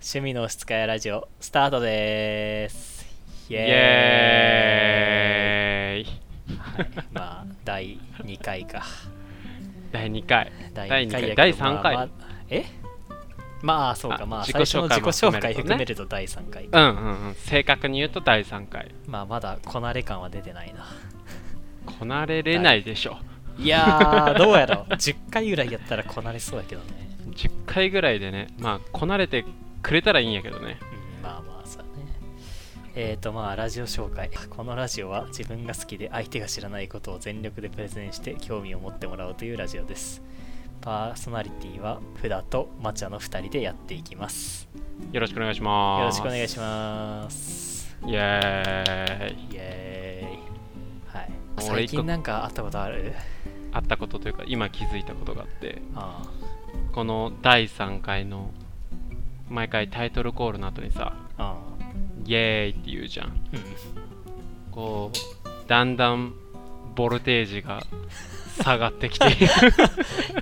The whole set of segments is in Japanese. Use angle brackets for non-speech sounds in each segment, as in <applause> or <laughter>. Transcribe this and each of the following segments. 趣味の押しつかやラジオスタートですイイエエーーイイはい、 <laughs> まあ第2回か第2回第第2 2回や回けど第ま3あ回、まあえまあそうかあまあ自己最初の自己紹紹介も含介含めるとねめると第3回か、うんうんうん正確に言うと第3回まあまだこなれ感は出てないなこなれれないでしょ、いや <laughs> ーどうやろう10回ぐらいやったらこなれそうやけどね、 10回ぐらいでねまあこなれてくれたらいいんやけどねうん、まあまあさねえーとまあラジオ紹介このラジオは自分が好きで相手が知らないことを全力でプレゼンして興味を持ってもらうというラジオですパーソナリティはフダとマチャの2人でやっていきますよろしくお願いしよろますしくお願いしますイエーイイエーイはい俺最一近個なんかあったことあるあったことというか今気づいたことがあってあこの第3回の毎回タイトルコールの後にさあああイエーイって言うじゃんうんこうだんだんボルテージが下がってきている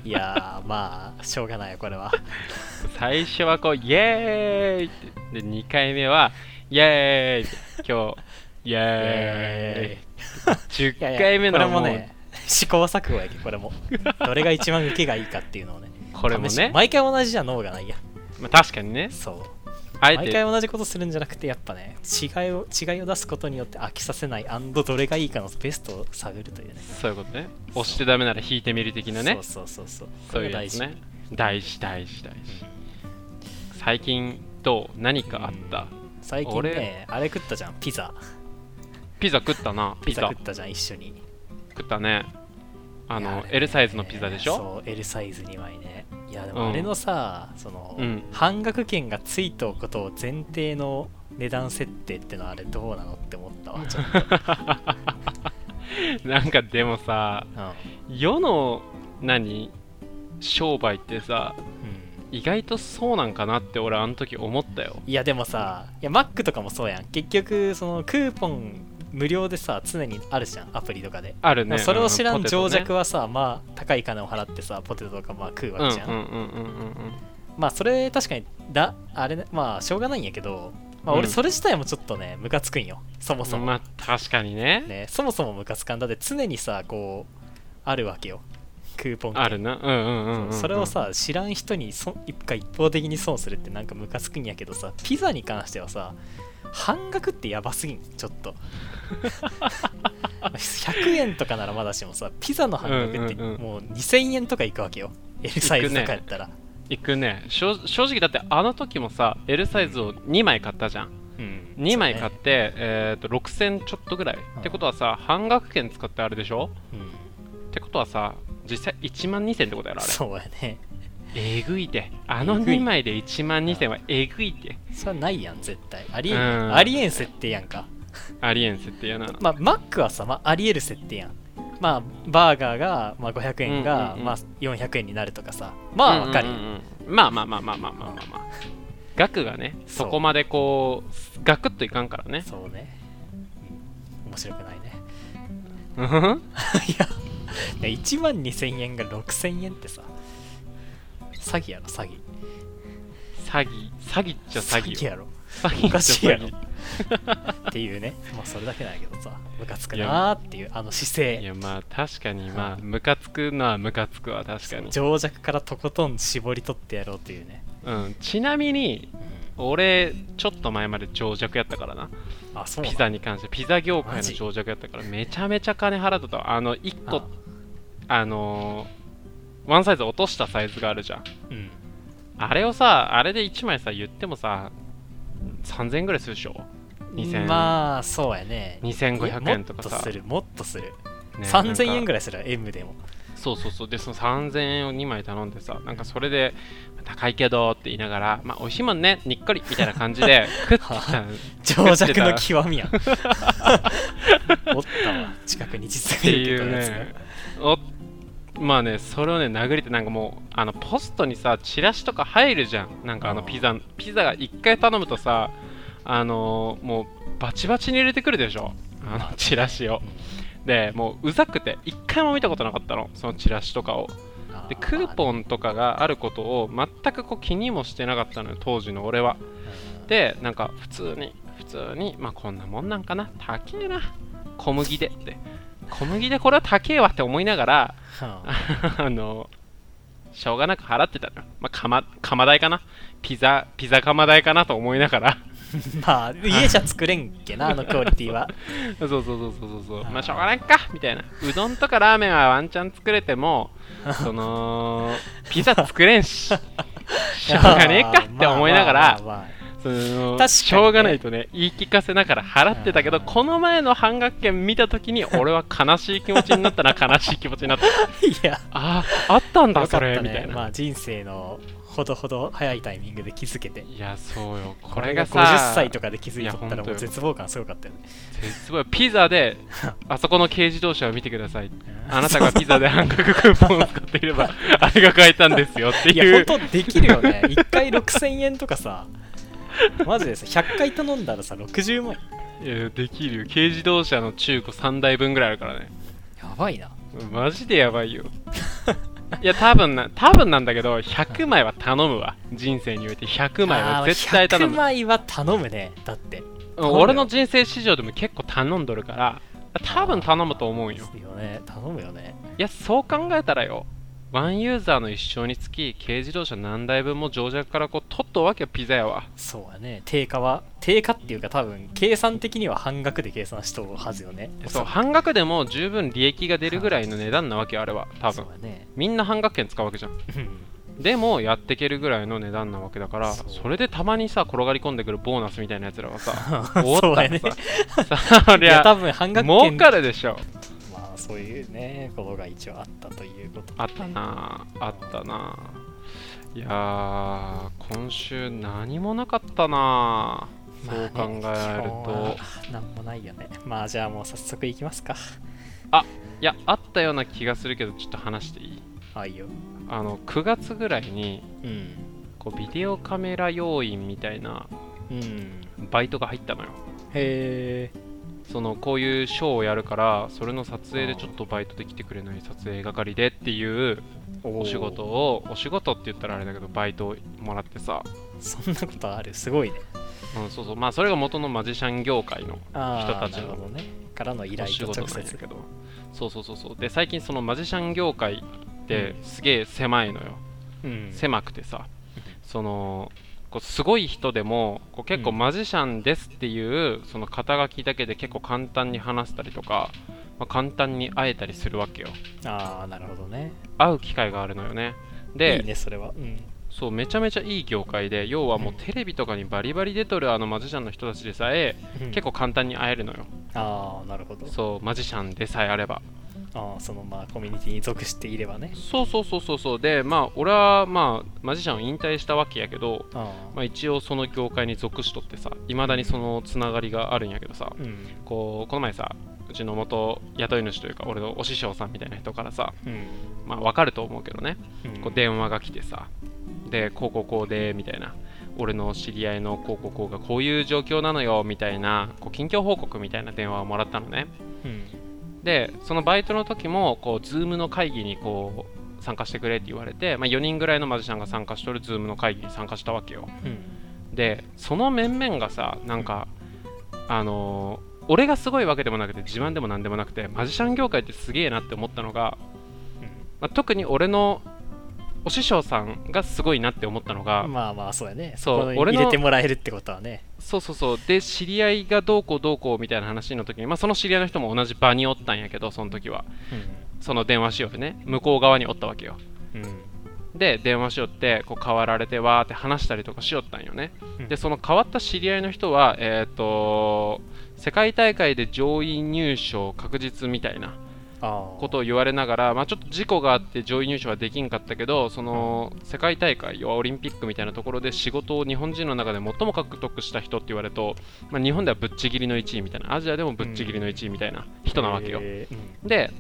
いやーまあしょうがないよこれは <laughs> 最初はこうイエーイってで2回目はイエーイって今日イエーイいやい10や回目のこれもね試行錯誤やけどこれ <laughs> もどれが一番受けがいいかっていうのをねもうこれも試しね、毎回同じじゃ脳がないやまあ、確かにねそうあえ毎回て同じことするんじゃなくてやっぱね違いを違いを出すことによって飽きさせないどれがいいかのベストを探るというねそういうことね押してダメなら引いてみる的なねそうそうそうそうそういうやつね大事大事大事これが最近どう何大事かあったうん最近ね俺あれ食ったじゃんピザピザ食ったなピピザザ食ったじゃん一緒に食ったねあいやのれね L サイズのピザでしょそう L サイズ2枚ねいやでうもんあれのさ、その、うん半額券がついておくことを前提の値段設定ってのはあれどうなのって思ったわちょっと、 <laughs> なんかでもさうん世の何商売ってさうん意外とそうなんかなって俺あの時思ったよいやでもさいやマックとかもそうやん結局そのクーポン無料でさ常にあるじゃんアプリとかで、あるねそれを知らうんポテ情トね弱はさ、まあ高い金を払ってさポテトとかまあ食ううんうわんけうんじゃん、うんうんうんまあそれ確かにだあれねまあしょうがないんやけどまあ俺うんそれ自体もちょっとねムカつくんよそもそも、まあ確かにねね、そもそもムカつかんだって常にさこうあるわけよクーポン券あるなうんうんうんうん、うん、それをさ知らん人にそ一回一方的に損するってなんかムカつくんやけどさピザに関してはさ半額ってやばすぎんちょっ <laughs> と100円とかならまだしもさピザの半額ってうんうんうんもう2000円とかいくわけよ L サイズとかやったら、行くね正正直だってあの時もさ L サイズを2枚買ったじゃんうん2枚買っそて、えー、と6000ちょっとぐらい、うんってことはさ半額券使ってあれでしょうね,、ってことはさ実際1万2000ってことやうん、ろあれそうやねえぐいであのえぐい2枚で1万2000はえぐいでそれはないやん絶対ありえん、うんありえん設定やんかありえん設定やなまあ、マックはさ、まあ、ありえる設定やん。まあ、バーガーが、まあ、500円が、うんうんうんまあ、400円になるとかさ。まあ、わかるよ、うんうんうんまあまあまあまあまあまあまあまあ額がねそうそこまでこうガクッといかんからねそうね。うん面白くない <laughs> ね。うんふんいや、ね1万2000円が6000円ってさ、詐欺やろ、詐欺。詐欺詐欺っちゃ詐欺よやろ。詐お欺かっしいちゃや詐ろ。欺っていう <laughs> ね。まあ、それだけなんやけどさ、ムカつくなーっていう、あの姿い勢。やまあ確かにまあムカつくのはムカつくわ確かに、情弱からとことん絞り取ってやろうというね。うん、ちなみにうん俺ちょっと前まで情弱やったからなあ、そうなんピだザに関してピザ業界マのジ情弱やったからめちゃめちゃ金払ってたあの1個ああのーワンサイズ落としたサイズがあるじゃんうん。あれをさあれで1枚さ言ってもさ3000円ぐらいするでしょ2000まあそうやね2500円とかさもっとするもっとする、ね3000円ぐららいいする M でもそうそうそうでその3000円を2枚頼んでさなんかそれで高いけどって言いながらまあ美味しいもんねにっこりみたいな感じ <laughs> で食ってきた情弱の極 <laughs> みやんおったわ近くに実って現いいるうやつがねおまあねそれをね殴りてなんかもうあのポストにさチラシとか入るじゃんなんかあのうんピザピザが1回頼むとさあのーもうバチバチに入れてくるでしょあのチラシをでもううざくて1回も見たことなかったのそのチラシとかをあーでクーポンとかがあることを全くこう気にもしてなかったのよ当時の俺はうんでなんか普通に普通にまあこんなもんなんかな高えな小麦でって小麦でこれは高えわって思いながら <laughs> はあのしょうがなく払ってたのよまあ釜釜代かなピザピザ釜代かなと思いながら <laughs> あまあ家じゃ作れんけなあのクオリティはそうそうそうそうそうそうあーまあしょうがないかみたいなうどんとかラーメンはワンチャン作れてもそのピザ作れんし <laughs> しょうがねえかって思いながらまあまあまあまあその確かにねしょうがないとね言い聞かせながら払ってたけうどんこの前の半額券見た時に俺は悲しい気持ちにな <laughs> ったな悲しい気持ちになったいやあああったんだよかそっれ、たみたいねな、まあ人生のほどほど早いタイミングで気づけていやそうよここれれががさ50歳とかで気づいとったいらもやう本当よ絶望感すごかったよねすごいピザ <laughs> であそこの軽自動車を見てくだ <laughs> さいあなたがピザで半額クーポンを使っていれ <laughs> ばあれが買えたんですよっていやいう本当できるよね1回6000円とかさマジでさ100回頼んだらさ60万円いやできるよ軽自動車の中古3台分ぐらいあるからねやばいなマジでやばいよ <laughs> いや多分な多分なんだけど100枚は頼むわ人生において100枚は絶対頼100む枚は頼むねだってうん俺の人生史上でも結構頼んどるから多分頼むと思うよよね頼むよねいやそう考えたらよワンユーザーの一生につき軽自動車何台分も情弱からこう取っとわけよピザ屋はそうやね定価は定価っていうか多分計算的には半額で計算しとるはずよねそうお半額でも十分利益が出るぐらいの値段なわけよあれは多そ分らくそうやねみんな半額券使うわけじゃんうんでもやっていけるぐらいの値段なわけだからそうそれでたまにさ転がり込んでくるボーナスみたいなやつらはさお <laughs> っそうたやねらさそいりやゃ多分半額券儲かるでしょまあそういうねことが一応あったということあったなああったなあいやー今週何もなかったなあまあそうね考える基本はとなんもないよねまあじゃあもう早速いきますかいやあったような気がするけどちょっと話していいあいいよあの9月ぐらいにうんこうビデオカメラ要員みたいなうんバイトが入ったのよへえそのこういうショーをやるからそれの撮影でちょっとバイトできてくれない撮影係でっていうお仕事をお仕事って言ったらあれだけどバイトをもらってさ、そんなことあるすごいねうん、そうそうまあそれが元のマジシャン業界のああ人たちのなるほどねからの依お頼仕と事直なんや接けどそうそうそうそうで最近そのマジシャン業界ってすげえ狭いのよ、うん狭くてさそのこうすごい人でもこう結構うんマジシャンですっていうその肩書きだけで結構簡単に話したりとか、まあ、簡単に会えたりするわけよああなるほどね会う機会があるのよねでいいねそれはうんそうめちゃめちゃいい業界で要はもうテレビとかにバリバリ出とるあのマジシャンの人たちでさえ結構構簡単に会えるのよああなるほどそうマジシャンでさえあればああそのまあコミュニティに属していればねそうそうそうそうそうでまあ俺はまあマジシャンを引退したわけやけど、ああまあ、一応その業界に属しとってさいまだにそのつながりがあるんやけどさうんこうこの前さうちの元雇い主というか俺のお師匠さんみたいな人からさうんまあわかると思うけどねうんこう電話が来てさでこうこうこうでみたいな俺の知り合いのこうこうこうがこういう状況なのよみたいなこう近況報告みたいな電話をもらったのねうんでそのバイトの時もこう Zoom の会議にこう参加してくれって言われて、まあ、4人ぐらいのマジシャンが参加しとる Zoom の会議に参加したわけようんでその面々がさなんかあのー俺がすごいわけでもなくて自慢でもなんでもなくてマジシャン業界ってすげえなって思ったのがまあ、特に俺のお師匠さんがすごいなって思ったのが、うんまあまあそうやねそうそこに俺の入れてもらえるってことはねそうそうそうで知り合いがどうこうどうこうみたいな話の時に、まあ、その知り合いの人も同じ場におったんやけどその時はその電話しようでね向こう側におったわけようんで電話しよってこう変わられてわーって話したりとかしよったんよねうんでその変わった知り合いの人はえっ、と世界大会で上位入賞確実みたいなああことを言われながら、まあ、ちょっと事故があって上位入賞はできんかったけどその世界大会要はオリンピックみたいなところで仕事を日本人の中で最も獲得した人って言われると、まあ、日本ではぶっちぎりの1位みたいなアジアでもぶっちぎりの1位みたいな人なわけよ、へえうんで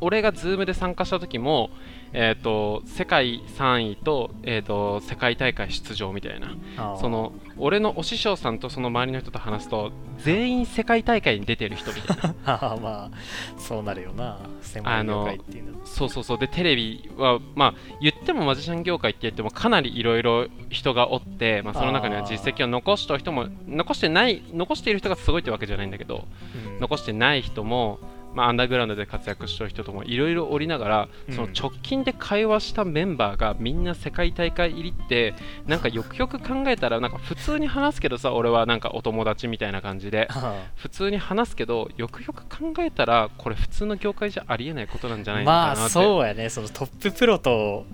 俺が Zoom で参加した時も、えー、と世界3位と,、えー、と世界大会出場みたいなあーその俺のお師匠さんとその周りの人と話すと全員世界大会に出てる人みたいなあーまあそうなるよな専門業界っていうのはそうそうそうでテレビはまあ言ってもマジシャン業界って言ってもかなりいろいろ人がおって、まあ、その中には実績を残した人も残してない残している人がすごいってわけじゃないんだけどうん残してない人も、まあ、アンダーグラウンドで活躍してる人ともいろいろおりながら、うんその直近で会話したメンバーがみんな世界大会入りってなんかよくよく考えたらなんか普通に話すけどさ俺はなんかお友達みたいな感じであ普通に話すけどよくよく考えたらこれ普通の業界じゃありえないことなんじゃなーいのまかあなって、そうやねそのトッププロと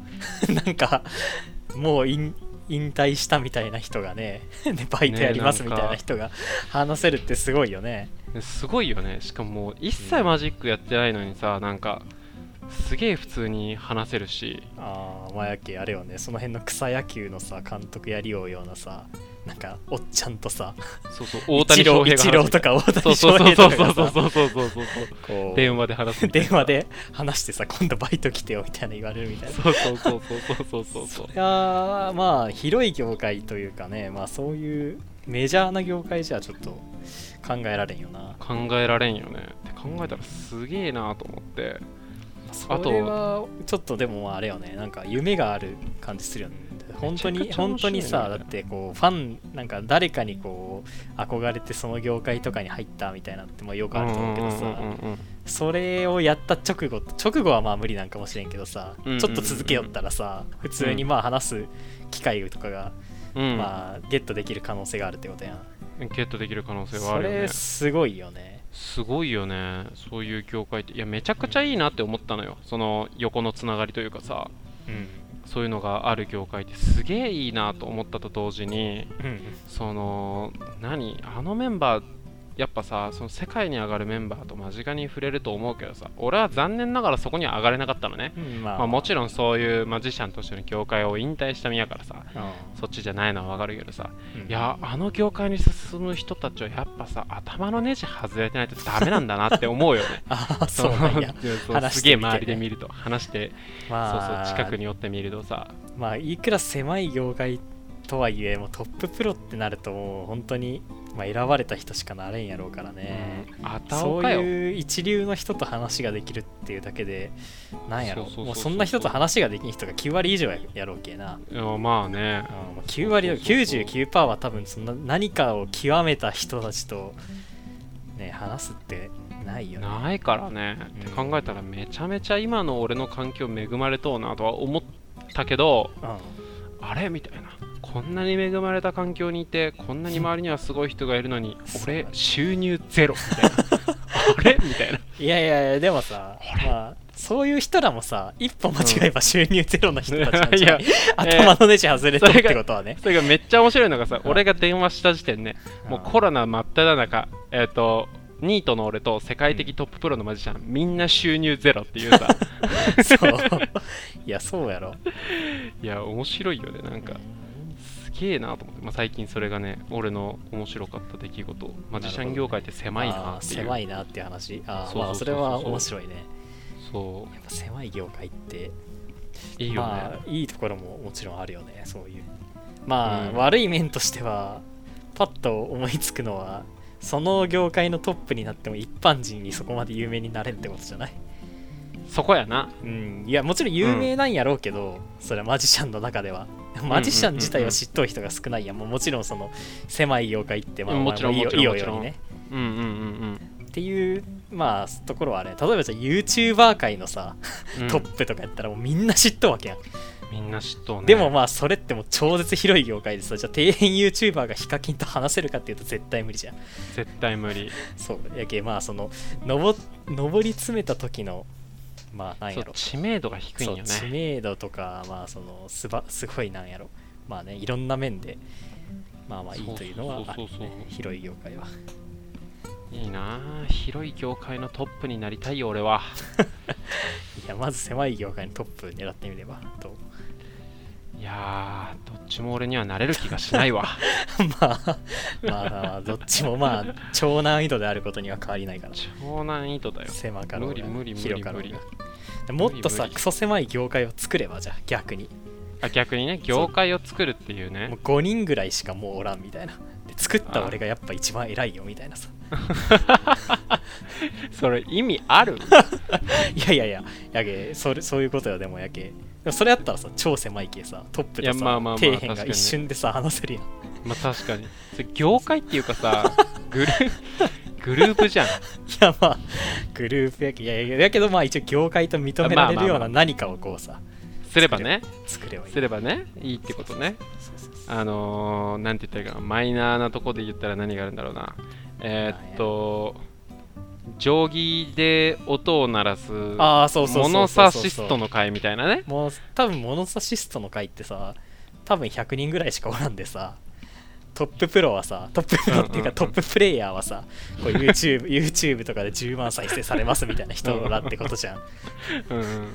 <laughs> なんかもう引引退したみたいな人がね <laughs> でバイトやりますねみなんたかいな人が話せるってすごいよねすごいよねしかももう一切マジックやってないのにさなんかすげえ普通に話せるしああまあやけあれよねその辺の草野球のさ監督やりようようなさなんかおっちゃんとさそうそう大谷翔平が話一す郎とか大そう谷そう翔そう平とかそうそうがさそうそうそうそうそうこう電話で話すみたいな電話で話してさ今度バイト来てよみたいな言われるみたいな <laughs> そうそうそうそうそうそうそういやーまあ広い業界というかねまあそういうメジャーな業界じゃちょっと考えられんよな、ま考えられんよねって考えたらすげえなと思ってあそあとれはちょっとでもまああれよねなんか夢がある感じするよね本当にめちゃくちゃ面本当白いねにさだってこうファンなんか誰かにこう憧れてその業界とかに入ったみたいなのってもうよくあると思うけどさ、うんうんうんうんそれをやった直後直後はまあ無理なんかもしれんけどさ、うんうんうんちょっと続けよったらさ普通にまあ話す機会とかが、うんまあゲットできる可能性があるってことやんゲットできる可能性はそあるよれねすごいよねすごいよねそういう業界っていやめちゃくちゃいいなって思ったのよその横のつながりというかさうんそういうのがある業界ってすげえいいなと思ったと同時にうんその何あのメンバーやっぱさその世界に上がるメンバーと間近に触れると思うけどさ俺は残念ながらそこには上がれなかったのね、うんまあ、まあ、もちろんそういうマジシャンとしての業界を引退した身やからさそっちじゃないのはわかるけどさうんいやあの業界に進む人たちはやっぱさ頭のネジ外れてないとダメなんだなって思うよね、ああ <laughs> そうなんや <laughs> そうそう話すしげえてみてね周りで見ると話してそうまそあ、う近くに寄ってみるとさまあいくら狭い業界とはいえもうトッププロってなるともう本当にまあ選ばれた人しかなれんやろうからね、うんあたおそうかよいう一流の人と話ができるっていうだけでなんやろそうそうそうそうもうそんな人と話ができん人が9割以上やろうけな、うんまあねうん、もう9割そうそうそう99%は多分そんな何かを極めた人たちと、ね、話すってないよねないからね、うんって考えたらめちゃめちゃ今の俺の環境恵まれとうなとは思ったけどうんあれみたいなこんなに恵まれた環境にいてこんなに周りにはすごい人がいるの <laughs> に俺収入ゼロみたいな <laughs> あれみたいないやいやいやでもさ、まあ、そういう人らもさ一歩間違えば収入ゼロの人たちなんじゃないい頭のネジ外れてるってことはね、それがめっちゃ面白いのがさうん俺が電話した時点ねもうコロナ真っ只中えっ、とニートの俺と世界的トッププロのマジシャンみんな収入ゼロっていう <laughs> さそういやそうやろいや面白いよねなんかすげえなと思って、まあ、最近それがね俺の面白かった出来事マジシャン業界って狭いなあーっていう、狭いなっていう話あーそうそうそうそうまあそれは面白いねそやっぱ狭い業界ってういいよね、まあいいところももちろんあるよねそういうまあ、うん悪い面としてはパッと思いつくのはその業界のトップになっても一般人にそこまで有名になれんってことじゃないそこやなうんいやもちろん有名なんやろうけど、それはマジシャンの中ではマジシャン自体は知っとう人が少ないやん、もうもちろんその狭い業界ってまあうんもちろんまあいいよもちろいいよよんもちろんうにねうんうんうんっていうまあところはあれ例えばじゃあ YouTuber 界のさ、うんトップとかやったらもうみんな知っとうわけやん、みんな知っとうねでもまあそれってもう超絶広い業界でさじゃあ底辺 YouTuber がヒカキンと話せるかっていうと絶対無理じゃん絶対無理そうやけまあその上上り詰めた時のまあなんそやうろ知名度が低いんよそう知ね名度とかまあそのすばすごいなんやろまあねいろんな面でまあまあいいというのはあるそうよそうそうそうね広い業界はいいなあ広い業界のトップになりたいよ俺はいやまず狭い業界のトップ狙ってみればといやーどっちも俺にはなれる気がしな <laughs> いわ <laughs> まあまあどっちもまあ超難易度であることには変わりない <laughs> から超難易度だよ狭かろうが無理無理無理広かろう無がもっと無理無さ理クソ狭い業界を作ればじゃあ逆にあ逆にね業界を作るっていうもねう5人ぐらいしかもうおらんみたいなで作った俺がやっぱ一番偉いよみたいなさ <laughs> それ意味あるいやいやいややけそれそういうことよでもやけでもそれやったらさ超狭いけさトップといやさ、まあまあまあ底辺確かがにね一瞬でさ話せるやん <laughs> まあ確かにそれ業界っていうかさグルーグループじゃんいやまあグループやけいやいややけどまあ一応業界と認められるような何かをこうさすればね作ればいいすればねいいってことねそうそうそうあのー、なんて言ったらいいかなマイナーなとこで言ったら何があるんだろうなえーっと定規で音を鳴らすモああそうそうそうそうノそうサシストの会みたいなねもう多分モノサシストの会ってさ多分100人ぐらいしかおらんでさトッププロはさトッププロっていううんうんうかんトッププレイヤーはさこう YouTube, YouTube とかで10万再生されますみたいな人らってことじゃんうん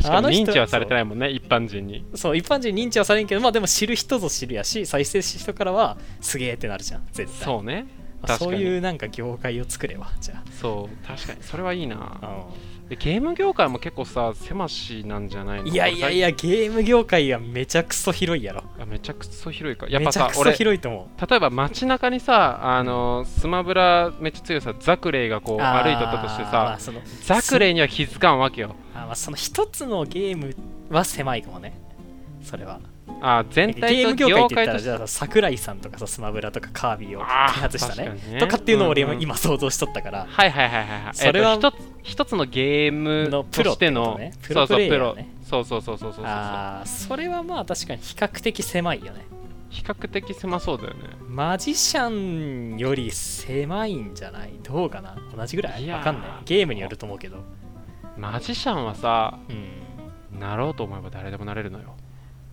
しかあもの人認知はされてないもんね一般人にそう一般人認知はされんけどまあでも知る人ぞ知るやし再生した人からはすげえってなるじゃん絶対そうねまあ確そかういにうなんか業界を作ればじゃそう確かにそれはいいなあ、でゲーム業界も結構さ狭しなんじゃないのいやいやいややゲーム業界はめちゃくそ広いやろめちゃくそ広いかやっぱめさちゃくそ俺広いと思う例えば街中にさあのスマブラめっちゃ強いさザクレイがこうあー歩いとったとしてまさあそのザクレイには気づかんわけよあまあその一つのゲームは狭いかもねそれはあー全体ゲーとム業界っ業て言っ界たとらしじてゃあ桜井さんとかさスマブラとかカービィを開あー発したね確かにねとかっていうのを俺うんもうん今想像しとったから、はいはいはいはいはいそれはえっと一つ一つのゲームのとプロしっててことのねプそロうそうプレイプヤーロねそうそうそうそうそうそうああそれはまあ確かに比較的狭いよね比較的狭そうだよねマジシャンより狭いんじゃないどうかな同じぐらいいやーわかんないゲームによると思うけどマジシャンはさうんなろうと思えば誰でもなれるのよ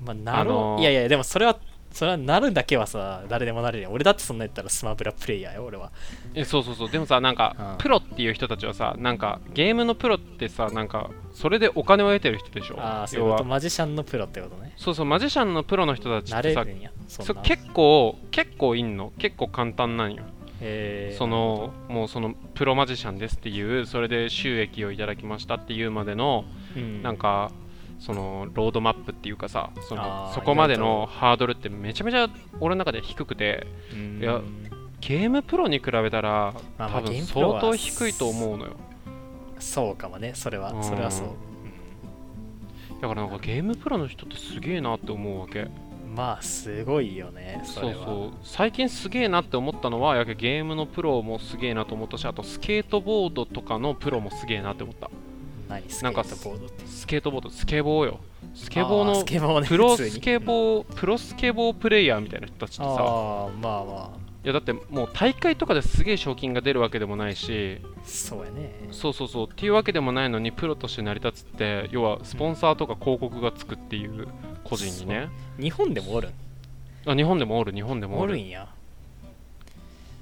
まあなろう、あのーいやいやでもそれはそれはなるだけはさ誰でもなれるよ俺だってそんなやったらスマブラプレイヤーよ俺はえそうそうそうでもさなんうかんプロっていう人たちはさなんかゲームのプロってさなんかそれでお金を得てる人でしょああそうい要うこはとマジシャンのプロってことねそうそうマジシャンのプロの人たちなっれてさるんやそんそなう結構結構いんの結構簡単なんよえーそのもうそのプロマジシャンですっていうそれで収益をいただきましたっていうまでのうんなんかそのロードマップっていうかさそあのーそこまでのハードルってめちゃめちゃ俺の中で低くてうんいやゲームプロに比べたらまあまあ多ゲー分ムプロ相は当低いと思うのよそうかもねそれうはんそれはそう、だからなんかゲームプロの人ってすげえなって思うわけうんまあすごいよねそそうれはそう最近すげえなって思ったのはやけゲームのプロもすげえなと思ったしあとスケートボードとかのプロもすげえなって思った何スケなーんかトボードってスケートボードスケボーよスケボーあのスケボーねプロ普通にスケボープロスケボープレイヤーみたいな人たちってさああまあまいやだってもう大会とかですげえ賞金が出るわけでもないしあそうやねそうそうそうっていうわけでもないのにプロとして成り立つって要はスポンサーとか広告がつくっていう個人にね日本でもおるんあ日本でもおる日本でもおおるるんや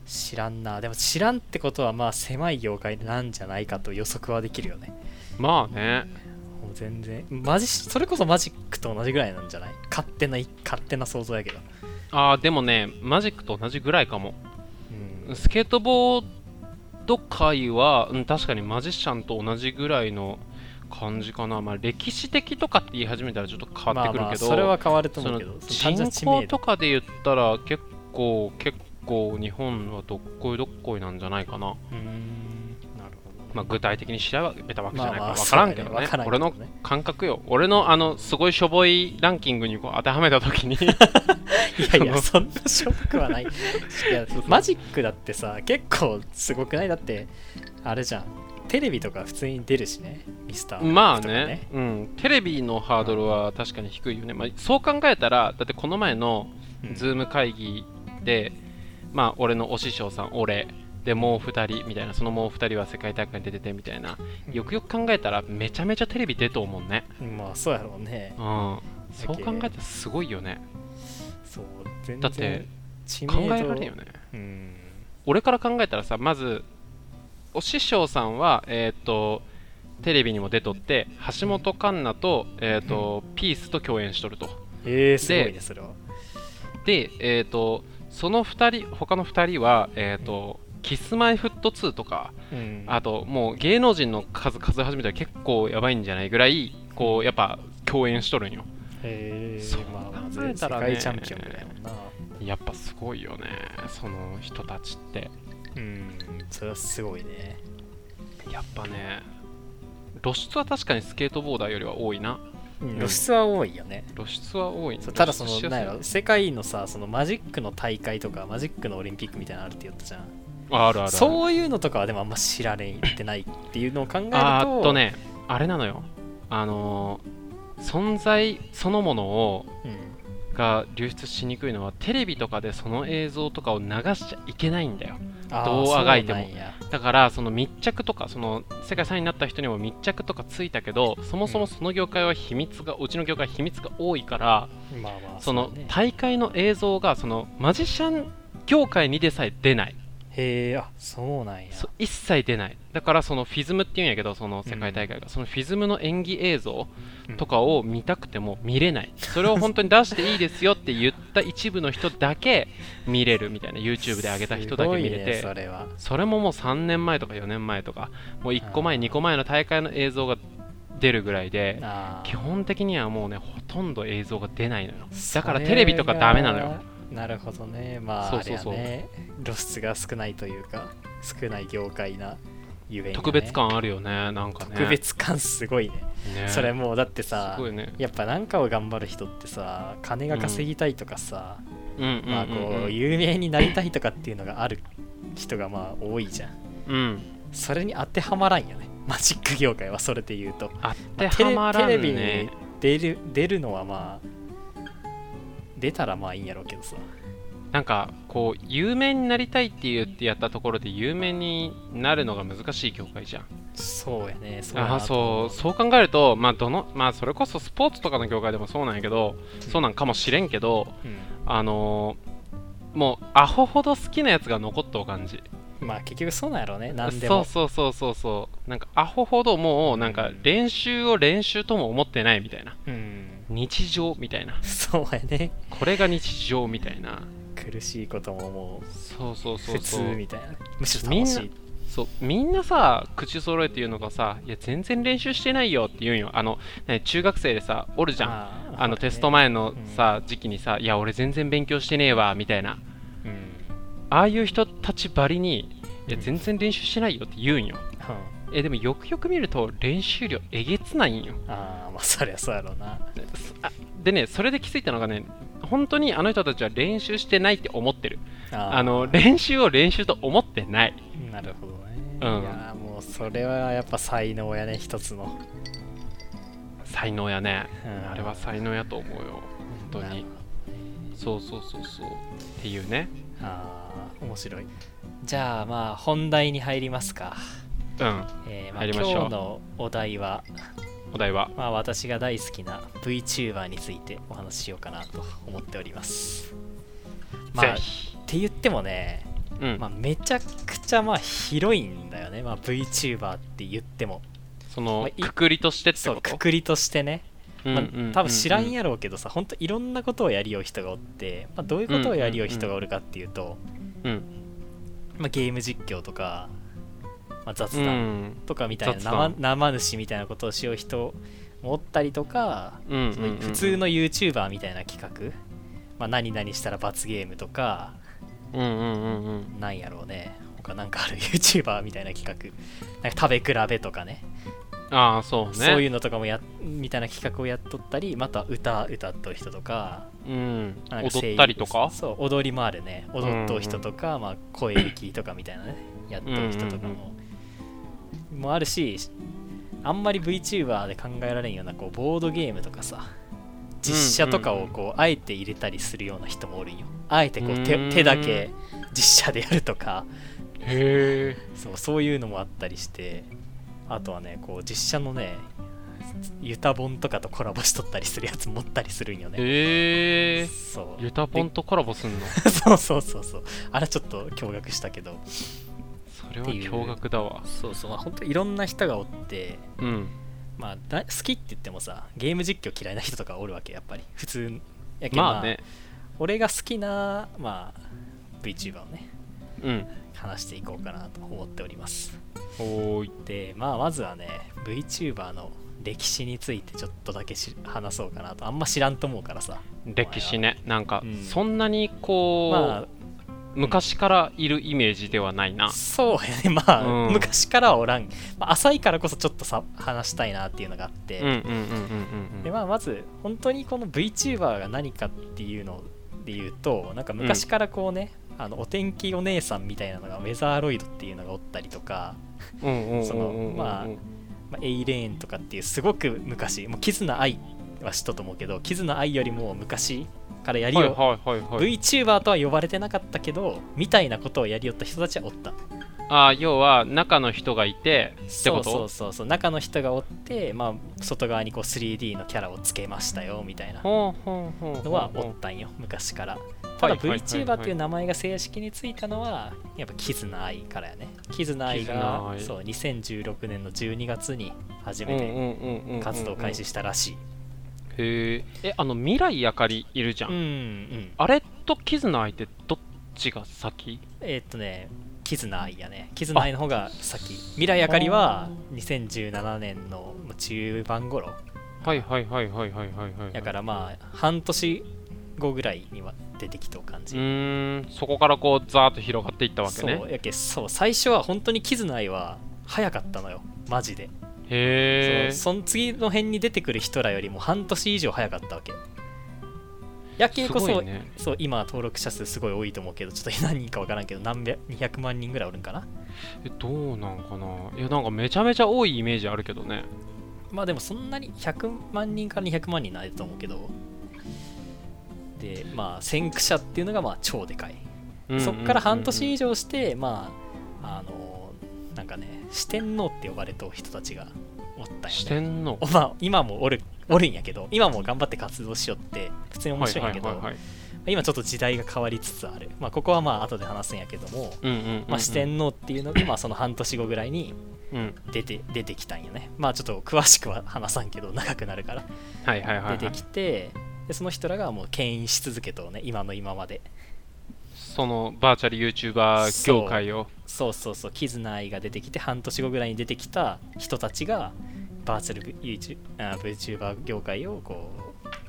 知らんなでも知らんってことはまあ狭い業界なんじゃないかと予測はできるよねまあねもう全然マジそれこそマジックと同じぐらいなんじゃない勝手な勝手な想像やけどあーでもねマジックと同じぐらいかもうんスケートボード界は、うん、確かにマジシャンと同じぐらいの感じかな、まあ、歴史的とかって言い始めたらちょっと変わってくるけど、まあ、まあそれは変わるとそ思うのけど人口とかで言ったら結構結構日本はどっこいどっこいなんじゃないかな、うーんなるほどねまあ、具体的に調べたわけじゃないかまあまらあ分からんけどそうだねねわからんけ俺どねの感覚よ俺のあのすごいしょぼいランキングにこう当てはめた時にいやいやそんなショックは <laughs> ないいやマジックだってさ結構すごくないだってあれじゃんテレビとか普通に出るしねミスターまあとかねうん、テレビのハードルは確かに低いよね、まあ、そう考えたらだってこの前のうんズーム会議で、まあ、俺のお師匠さん、俺、で、もう2人みたいな、そのもう2人は世界大会に出ててみたいな、よくよく考えたら、めちゃめちゃテレビ出と思うね。まあそうやろうねうん、そう考えたらすごいよね。そう全然だって、知考名え度られるよね。うん俺から考えたらさ、まず、お師匠さんは、えっ、と、テレビにも出とって、橋本環奈と、えっ、と、ピースと共演しとると。えー、すごいねそれはで、えー、とその2人他の2人は、えーとキスマイフット2とかうんあともう芸能人の数数え始めたら結構やばいんじゃないぐらいこうやっぱ共演しとるんよへえそうまあまあ考え世たらね界チャンピオンみたいなもんなやっぱすごいよねその人たちってうんそれはすごいねやっぱね露出は確かにスケートボーダーよりは多いなうん露出は多いよね露出は多いそうただその露出しやすないんやろ世界のさそのマジックの大会とかマジックのオリンピックみたいなのあるって言ったじゃんああるあるあるそういうのとかはでもあんま知られてないっていうのを考えるとあーっと、ねあれなのよあのー存在そのものをうんが流出しにくいのはテレビとかでその映像とかを流しちゃいけないんだよあーどうあがいてもそうなんやだからその密着とかその世界3位になった人にも密着とかついたけどそもそもその業界は秘密がうちの業界は秘密が多いからまあまあそのうね大会の映像がそのマジシャン業界にでさえ出ないへえあそうなんやそう一切出ないだからそのフィズムっていうんやけどその世界大会が、そのフィズムの演技映像とかを見たくても見れないそれを本当に出していいですよって言った一部の人だけ見れるみたいな YouTube で上げた人だけ見れすごいねてそれはそれももう3年前とか4年前とかもう1個前あー2個前の大会の映像が出るぐらいであー基本的にはもうねほとんど映像が出ないのよだからそれテレビとかダメなのよがなるほどねまあそうそうそうあれやね露出が少ないというか少ない業界なゆえに、ね、特別感あるよねなんかね特別感すごいねねそれもうだってさすごいねやっぱ何かを頑張る人ってさ金が稼ぎたいとかさ、うんうんまあこう有名になりたいとかっていうのがある人がまあ多いじゃんうんうんそれに当てはまらんよねマジック業界はそれで言うとあってはまらんテレテレビねに。出る出るのはまあ出たらまあいいんやろうけどさなんかこう有名になりたいって言ってやったところで有名になるのが難しい業界じゃん。そうやねそうやあなあと思そうそう考えるとまあどのまあそれこそスポーツとかの業界でもそうなんやけどそうなんかもしれんけどうんあのーもうアホほど好きなやつが残っとう感じまあ結局そうなんやろうね何でそもうそうそうそうそうなんかアホほどもうなんか練習を練習とも思ってないみたいなうん日常みたいなそうやねこれが日常みたいな苦しいことももうそうそうそうそう普通みたいなむしろ楽しいそうみんなさ口揃えて言うのがさ「いや全然練習してないよ」って言うんよあの、ね、中学生でさおるじゃんああーのそうだねテスト前のさ、時期にさ「いや俺全然勉強してねえわ」みたいなうん、ああいう人たちばりに「いやうん全然練習してないよ」って言うんよえでもよくよく見ると練習量えげつないんよああまあそりゃそうやろうなでそあでねそれで気づいたのがね本当にあの人たちは練習してないって思ってるあーあの練習を練習と思ってないなるほどね、うんいやーもうそれはやっぱ才能やね一つの才能やねうんあれは才能やと思うよ本当なるにほどそうそうそうそうっていうねあー面白いじゃあまあ本題に入りますか、うんえーまあ、入り今ましょう日のお題は、お題はまあ、私が大好きな VTuber についてお話ししようかなと思っておりますまあっぜひて言ってもね、うん、まあ、めちゃくちゃまあ広いんだよね、まあ、VTuber って言ってもそまあのいくくりとしてってそこうとくくりとしてねうんまあうん多分知らんうんやろうけどさ、ほんといろんなことをやりよう人がおって、まあ、どういうことをやりよう人がおるかっていうと、うんまあ、ゲーム実況とか、まあ、雑う談んとかみたいな、雑生談生主みたいなことをしよう人もおったりとか、うんうんそうんの普通の YouTuber みたいな企画、まあ、何々したら罰ゲームとかうんうんうんうんなんやろうね他なんかある <laughs> YouTuber みたいな企画なんか食べ比べとかねああそうねそういううのとかもやみたいな企画をやっとったりまた歌歌っとる人とかうんなんか声優踊ったりとかそう踊りもあるね踊っとう人とか、まあ、声劇とかみたいなねやっとう人とかも、もあるしあんまり VTuber で考えられんようなこうボードゲームとかさ実写とかをこうあえて入れたりするような人もおるんよあえてこう手うん手だけ実写でやるとかへえそうそういうのもあったりしてあとはねこう実写のねユタボンとかとコラボしとったりするやつ持ったりするんよねへえそうユタポンとコラ <laughs> ボすんのそうそうそうそうあれちょっと驚愕したけどそれはっていう驚愕だわそうそうまあ本当いろんな人がおってうんまあだ好きって言ってもさゲーム実況嫌いな人とかおるわけやっぱり普通やけんまあね、俺が好きな、まあ、VTuber をねうん。話していこうかなと思っておりますおーい。で、まあ、まずはね VTuber の歴史についてちょっとだけし話そうかなとあんま知らんと思うからさ歴史ね、なんかうん、そんなにこう、ま昔からいるイメージではないなあ。そうやねまあ、うん昔からはおらん、まあ、浅いからこそちょっとさ話したいなっていうのがあって、うんうんうんうんうんうでん。まあ、まず本当にこの VTuber が何かっていうので言うとなんか昔からこうね、あのお天気お姉さんみたいなのがウェザーロイドっていうのがおったりとか、うんうんうんうんうんそのまあまあ、エイレーンとかっていうすごく昔もうキズナアイは知っとったと思うけどキズナアイよりも昔からやりよ、はいはいはいはい。 VTuber とは呼ばれてなかったけどみたいなことをやりよった人たちはおったああ、要は中の人がいてってそこうそとうそうそう中の人がおって、まあ、外側にこう 3D のキャラをつけましたよみたいなほうほうほうほうのはおったんよ昔からただはいはいはいはい VTuber っていう名前が正式についたのはやっぱキズナアイからやねキズナアイ絆が愛そう2016年の12月に初うんうめんうんうんうんうてん活動開始したらしいへええあの未来あかりいるじゃん、うんうんあれとキズナ相手どっちが先えーっとねキズナアイやねキズナアイの方が先未来あかりは2017年の中盤頃はいはいはいはいはいはいはいだかららまあ半年後ぐらいには出てきとう感うじ、ーんそこからこうザーッと広がっていったわけねそうやけそう最初は本当にキズナアイは早かったのよマジでへえそうその次の辺に出てくる人らよりも半年以上早かったわけやけこすごそ、いねそう今登録者数すごい多いと思うけどちょっと何人か分からんけど何百200万人ぐらいおるんかなえどうなんかないやなんかめちゃめちゃ多いイメージあるけどねまあでもそんなに100万人から200万人ないと思うけどでまあ先駆者っていうのがまあ超でかいうんうんうんうんそっから半年以上して、まあ、あのなんかね、四天王って呼ばれとう人たちがおったん四よね。天王お <laughs> まあ、今もおるおるんやけど、今も頑張って活動しよって、普通に面白いんやけど、はいはいはいはい今ちょっと時代が変わりつつある。まあ、ここはまあ、後で話すんやけども、うんうんうんうんまあ、四天王っていうのが、まあ、その半年後ぐらいにうん出て出てきたんよね。まあ、ちょっと詳しくは話さんけど、長くなるから。はいはいはいはい出てきて、でその人らがもう牽引し続けとうね、今の今まで。そのバーチャル YouTuber 業界をそうそうそう、キズナアイが出てきて、半年後ぐらいに出てきた人たちが、バーチャル YouTube あ VTuber 業界をこ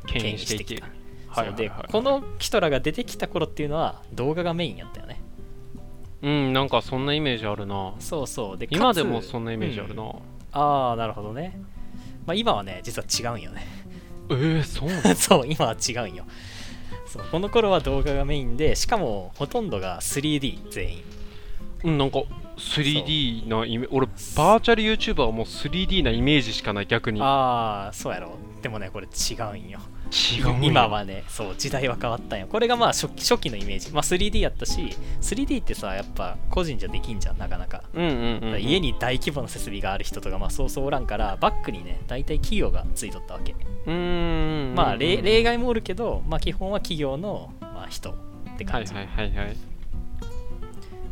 う、牽引していけ牽引きるた。はいそはういはいで、この人らが出てきた頃っていうのは、動画がメインやったよね。うんなんかそんなイメージあるなそうそう。で今でもそんなイメージある。かつうな、んああ、なるほどね。まあ、今はね、実は違うんよね。 <laughs> えー、そうなのそう、今は違うんよ。そうこの頃は動画がメインで、しかもほとんどが 3D 全員。うんなんか 3D なイメ俺バーチャル YouTuber はもう 3D なイメージしかない逆にああ、そうやろ。でもね、これ違うんよ。違うんや今はねそう時代は変わったんよこれがまあ初期初期のイメージ、まあ、3D やったし 3D ってさやっぱ個人じゃできんじゃんなかなかうんうんうん、うん、家に大規模な設備がある人とかまあそうそうおらんからバックにね大体企業がついとったわけうーんまあ例例外外もおるけど、まあ、基本は企業の、まあ、人っては感いじ、はいはいはい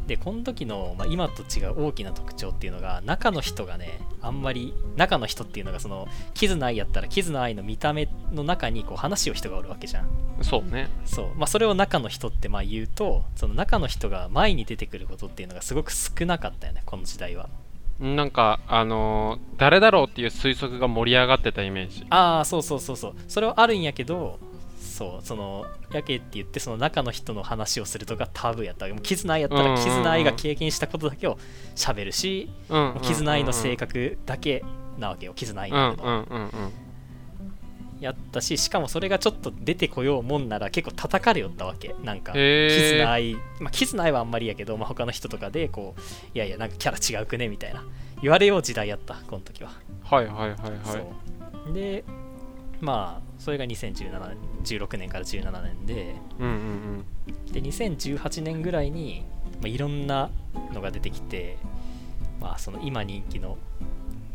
でこの時の、まあ、今と違う大きな特徴っていうのが中の人がねあんまり中の人っていうのがそのキズナアイやったらキズナアイの見た目の中にこう話を人がおるわけじゃんそうねそうまあ、それを中の人ってまあ言うとその中の人が前に出てくることっていうのがすごく少なかったよねこの時代はなんかあのー誰だろうっていう推測が盛り上がってたイメージああそうそうそうそうそれはあるんやけどそうそのやけって言ってその中の人の話をするとかタブーやったわけもうキズナイやったうんうらんうんキズナイが経験したことだけを喋るしうんうんうんうんキズナイの性格だけなわけよキズナイうんなんだけうどんうんうんやったししかもそれがちょっと出てこようもんなら結構叩かれよったわけなんかへーキズナアイまあキズナアイはあんまりやけど、まあ、他の人とかでこういやいやなんかキャラ違うくねみたいな言われよう時代やったこの時は、はいはいはいはいそうでまあそれが2017 16年から17年でうんうんで2018年ぐらいに、まあ、いろんなのが出てきて、まあ、その今人気の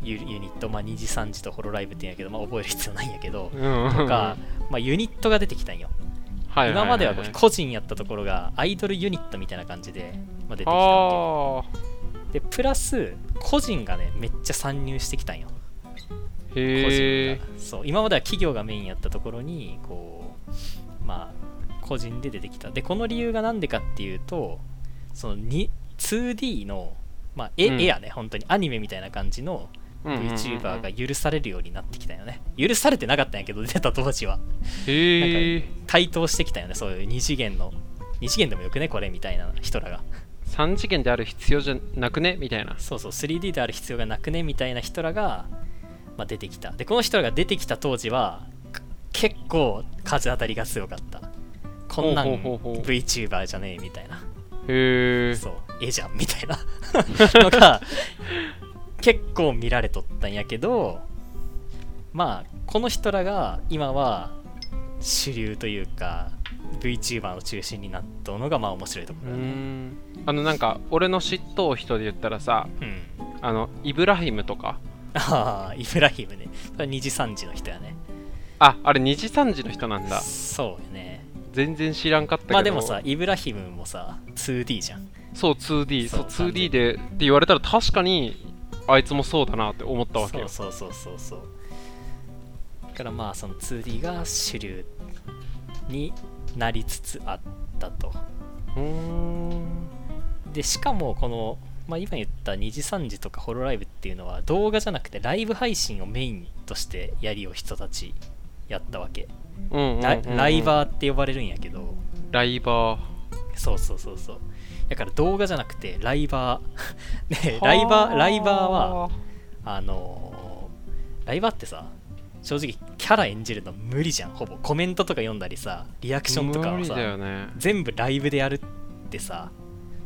ユユニット、まあ、2時3時とホロライブって言うんやけど、まあ、覚える必要ないんやけど、うんうんうんとか、まあ、ユニットが出てきたんよ。はいいいい今まではこう個人やったところがアイドルユニットみたいな感じで、まあ、出てきたわあけでプラス個人がねめっちゃ参入してきたんよー個へ人えがそう今までは企業がメインやったところにこうまあ個人で出てきたでこの理由が何でかっていうとそのに 2D の、まあ絵うん絵やね本当にアニメみたいな感じのうんうんうんうん VTuber が許されるようになってきたよね許されてなかったんやけど出た当時はへえ台頭してきたよねそういう2次元の2次元でもよくねこれみたいな人らが3次元である必要じゃなくねみたいなそうそう 3D である必要がなくねみたいな人らが、まあ、出てきたでこの人らが出てきた当時はか結構風当たりが強かったこんなんほうほうほうほう VTuber じゃねえみたいなへえそう絵じゃんみたいなのが結構見られとったんやけどまあこの人らが今は主流というか VTuber の中心になったのがまあ面白いとこうろーだねんあのなんか俺の嫉妬人で言ったらさうんあのイブラヒムとかああイブラヒムねそれは2時3時の人やねああれ2次3次の人なんだそうよね全然知らんかったけどまあでもさイブラヒムもさ 2D じゃんそう 2D そうそう 2D でって言われたら確かにあいつもそうだなって思ったわけよそうそうそうそうそうだからまあその 2D が主流になりつつあったとうーんでしかもこの、まあ、今言った2時3時とかホロライブっていうのは動画じゃなくてライブ配信をメインとしてやりよう人たちやったわけ、うんうんうんラうんライバーって呼ばれるんやけどライバーそうそうそうそうだから動画じゃなくてライバー <laughs> ねはーライバーライバーはあのーライバーってさ正直キャラ演じるの無理じゃんほぼコメントとか読んだりさリアクションとか無は理さだよね全部ライブでやるってさ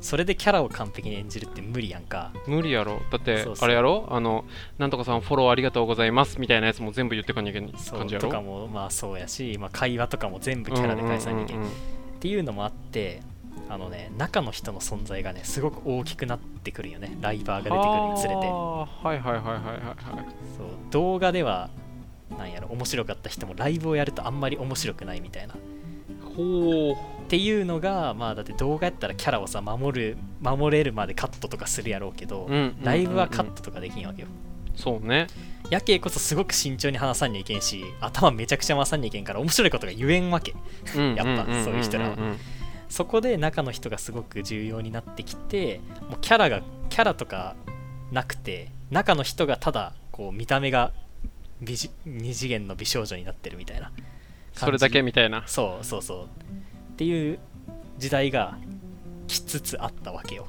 それでキャラを完璧に演じるって無理やんか無理やろだってそうそうあれやろあのなんとかさんフォローありがとうございますみたいなやつも全部言ってかなきゃいけないそう感じやとろかもまあそうやし、まあ、会話とかも全部キャラで返さなきゃいけない、うんうんうんっていうのもあってあのね中の人の存在がねすごく大きくなってくるよねライバーが出てくるにつれてあーはいはいはいはいはいはいそう動画ではなんやろ面白かった人もライブをやるとあんまり面白くないみたいなほうっていうのがまあだって動画やったらキャラをさ守る守れるまでカットとかするやろうけど、うんうんうんライブはカットとかできんわけよ、そうねやけこそすごく慎重に話さんにゃいけんし頭めちゃくちゃ回さんにゃいけんから面白いことが言えんわけ <laughs> ややっぱそういう人らはそこで中の人がすごく重要になってきてもうキャラがキャラとかなくて中の人がただこう見た目が美じ二次元の美少女になってるみたいなそれだけみたいなそうそうそうっていう時代がきつつあったわけよ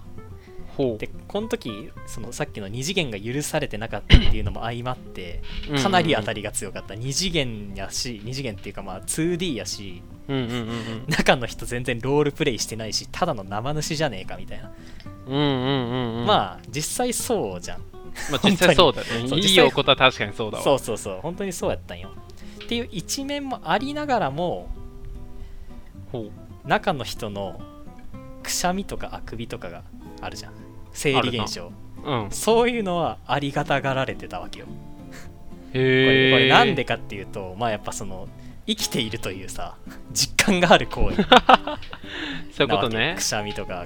ほでこの時そのさっきの2次元が許されてなかったっていうのも相まってうかなり当たりりが強かった2次元やし2次元っていうかまあ 2D やしうんうんうん中の人全然ロールプレイしてないしただの生主じゃねえかみたいな、うんうんうんうんまあ実際そうじゃんまあ実際そうだね本当にいそういおことは確かにそうだわそうそうそう本当にそうやったんよっていう一面もありながらもほう中の人のくしゃみとかあくびとかがあるじゃん生理現象うんそういうのはありがたがられてたわけよこれへえこれなんでかっていうとまあやっぱその生きているというさ実感がある行為そういうなこわとけねくしゃみとか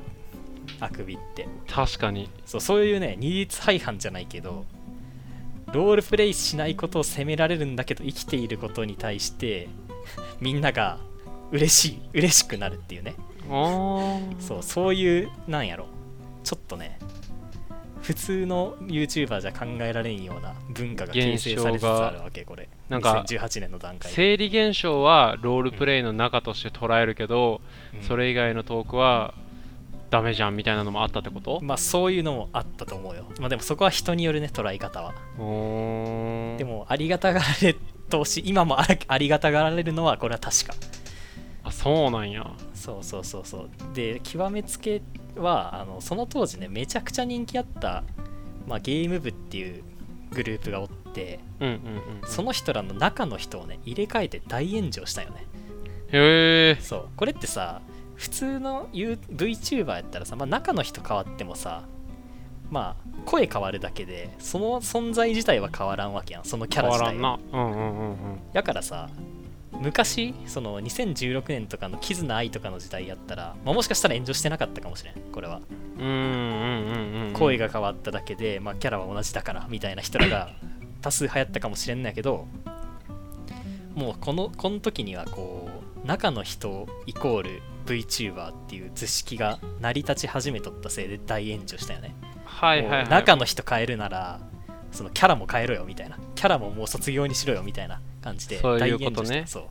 あくびって確かにそうそういうね二律背反じゃないけどロールプレイしないことを責められるんだけど生きていることに対してみんなが嬉しい嬉しくなるっていうねあーそうそういうなんやろちょっとね普通の YouTuber じゃ考えられんような文化が形成されつつあるわけこれなんか2018年の段階で生理現象はロールプレイの中として捉えるけど、うんそれ以外のトークはダメじゃんみたいなのもあったってことまあそういうのもあったと思うよまあでもそこは人によるね捉え方はうーんでもありがたがられてほしい今もあらありがたがられるのはこれは確かあそうなんやそうそうそうそうで極めつけはあのその当時ねめちゃくちゃ人気あった、まあ、ゲーム部っていうグループがおってうんうんうんその人らの中の人をね入れ替えて大炎上したよねへえそうこれってさ普通の You- VTuber やったらさ、まあ、中の人変わってもさまあ声変わるだけでその存在自体は変わらんわけやんそのキャ変ラわ自体らはんなうんうんうんうんだからさ昔その2016年とかの「キズナ愛」とかの時代やったら、まあ、もしかしたら炎上してなかったかもしれんこれはうんうんうんうん声が変わっただけで、まあ、キャラは同じだからみたいな人ら <laughs> が多数流行ったかもしれんのやけどもうこのこの時にはこう中の人イコール VTuber っていう図式が成り立ち始めとったせいで大炎上したよね、はいはい、はい、もう中の人変えるならそのキャラも変えろよみたいなキャラももう卒業にしろよみたいな感じでそう大いう炎こと上したねそう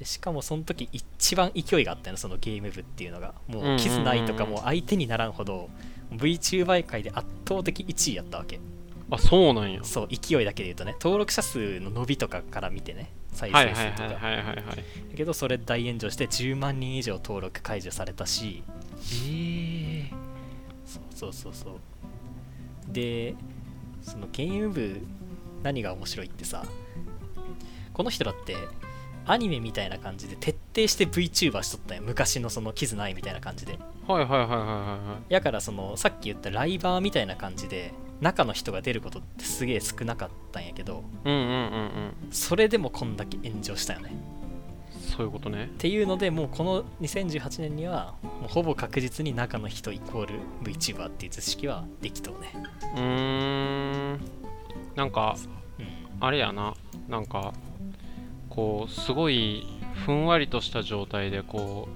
でしかもその時一番勢いがあったよねそのゲーム部っていうのがうんうんうんもううんキズナイとかもう相手にならんほど VTuber 界で圧倒的1位やったわけあそうなんやそう勢いだけで言うとね登録者数の伸びとかから見てね再はい生はいは数いとか、はいはいはいだけどそれ大炎上して10万人以上登録解除されたしえそうそうそうそうでそのゲーム部何が面白いってさこの人だってアニメみたいな感じで徹底して VTuber しとったんよ昔のそのキズナイみたいな感じでー、はいはいはいはいはやからそのさっき言ったライバーみたいな感じで中の人が出ることってすげえ少なかったんやけどいはいうんうんうんうんそれでもこんだけ炎上したよねそういうことねっていうのでもうこの2018年にはもうほぼ確実に中の人イコール VTuber っていう図式はできとうね、うーんなんかうん、あれやななんかこうすごいふんわりとした状態でこ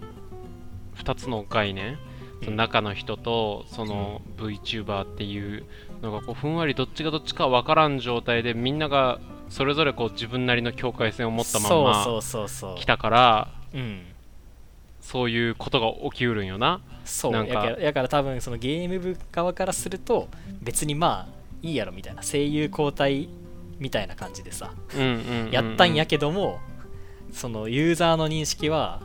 う2つの概念その中の人とその VTuber っていうのがこうふんわりどっちがどっちか分からん状態でみんながそれぞれこう自分なりの境界線を持ったまんそまうそうそうそう来たからうんそういうことが起きうるんよなそうなやんかからやから多分そのゲーム部側からすると別にまあいいやろみたいな声優交代みたいな感じでさうんうんうんうんやったんやけども、そのユーザーの認識は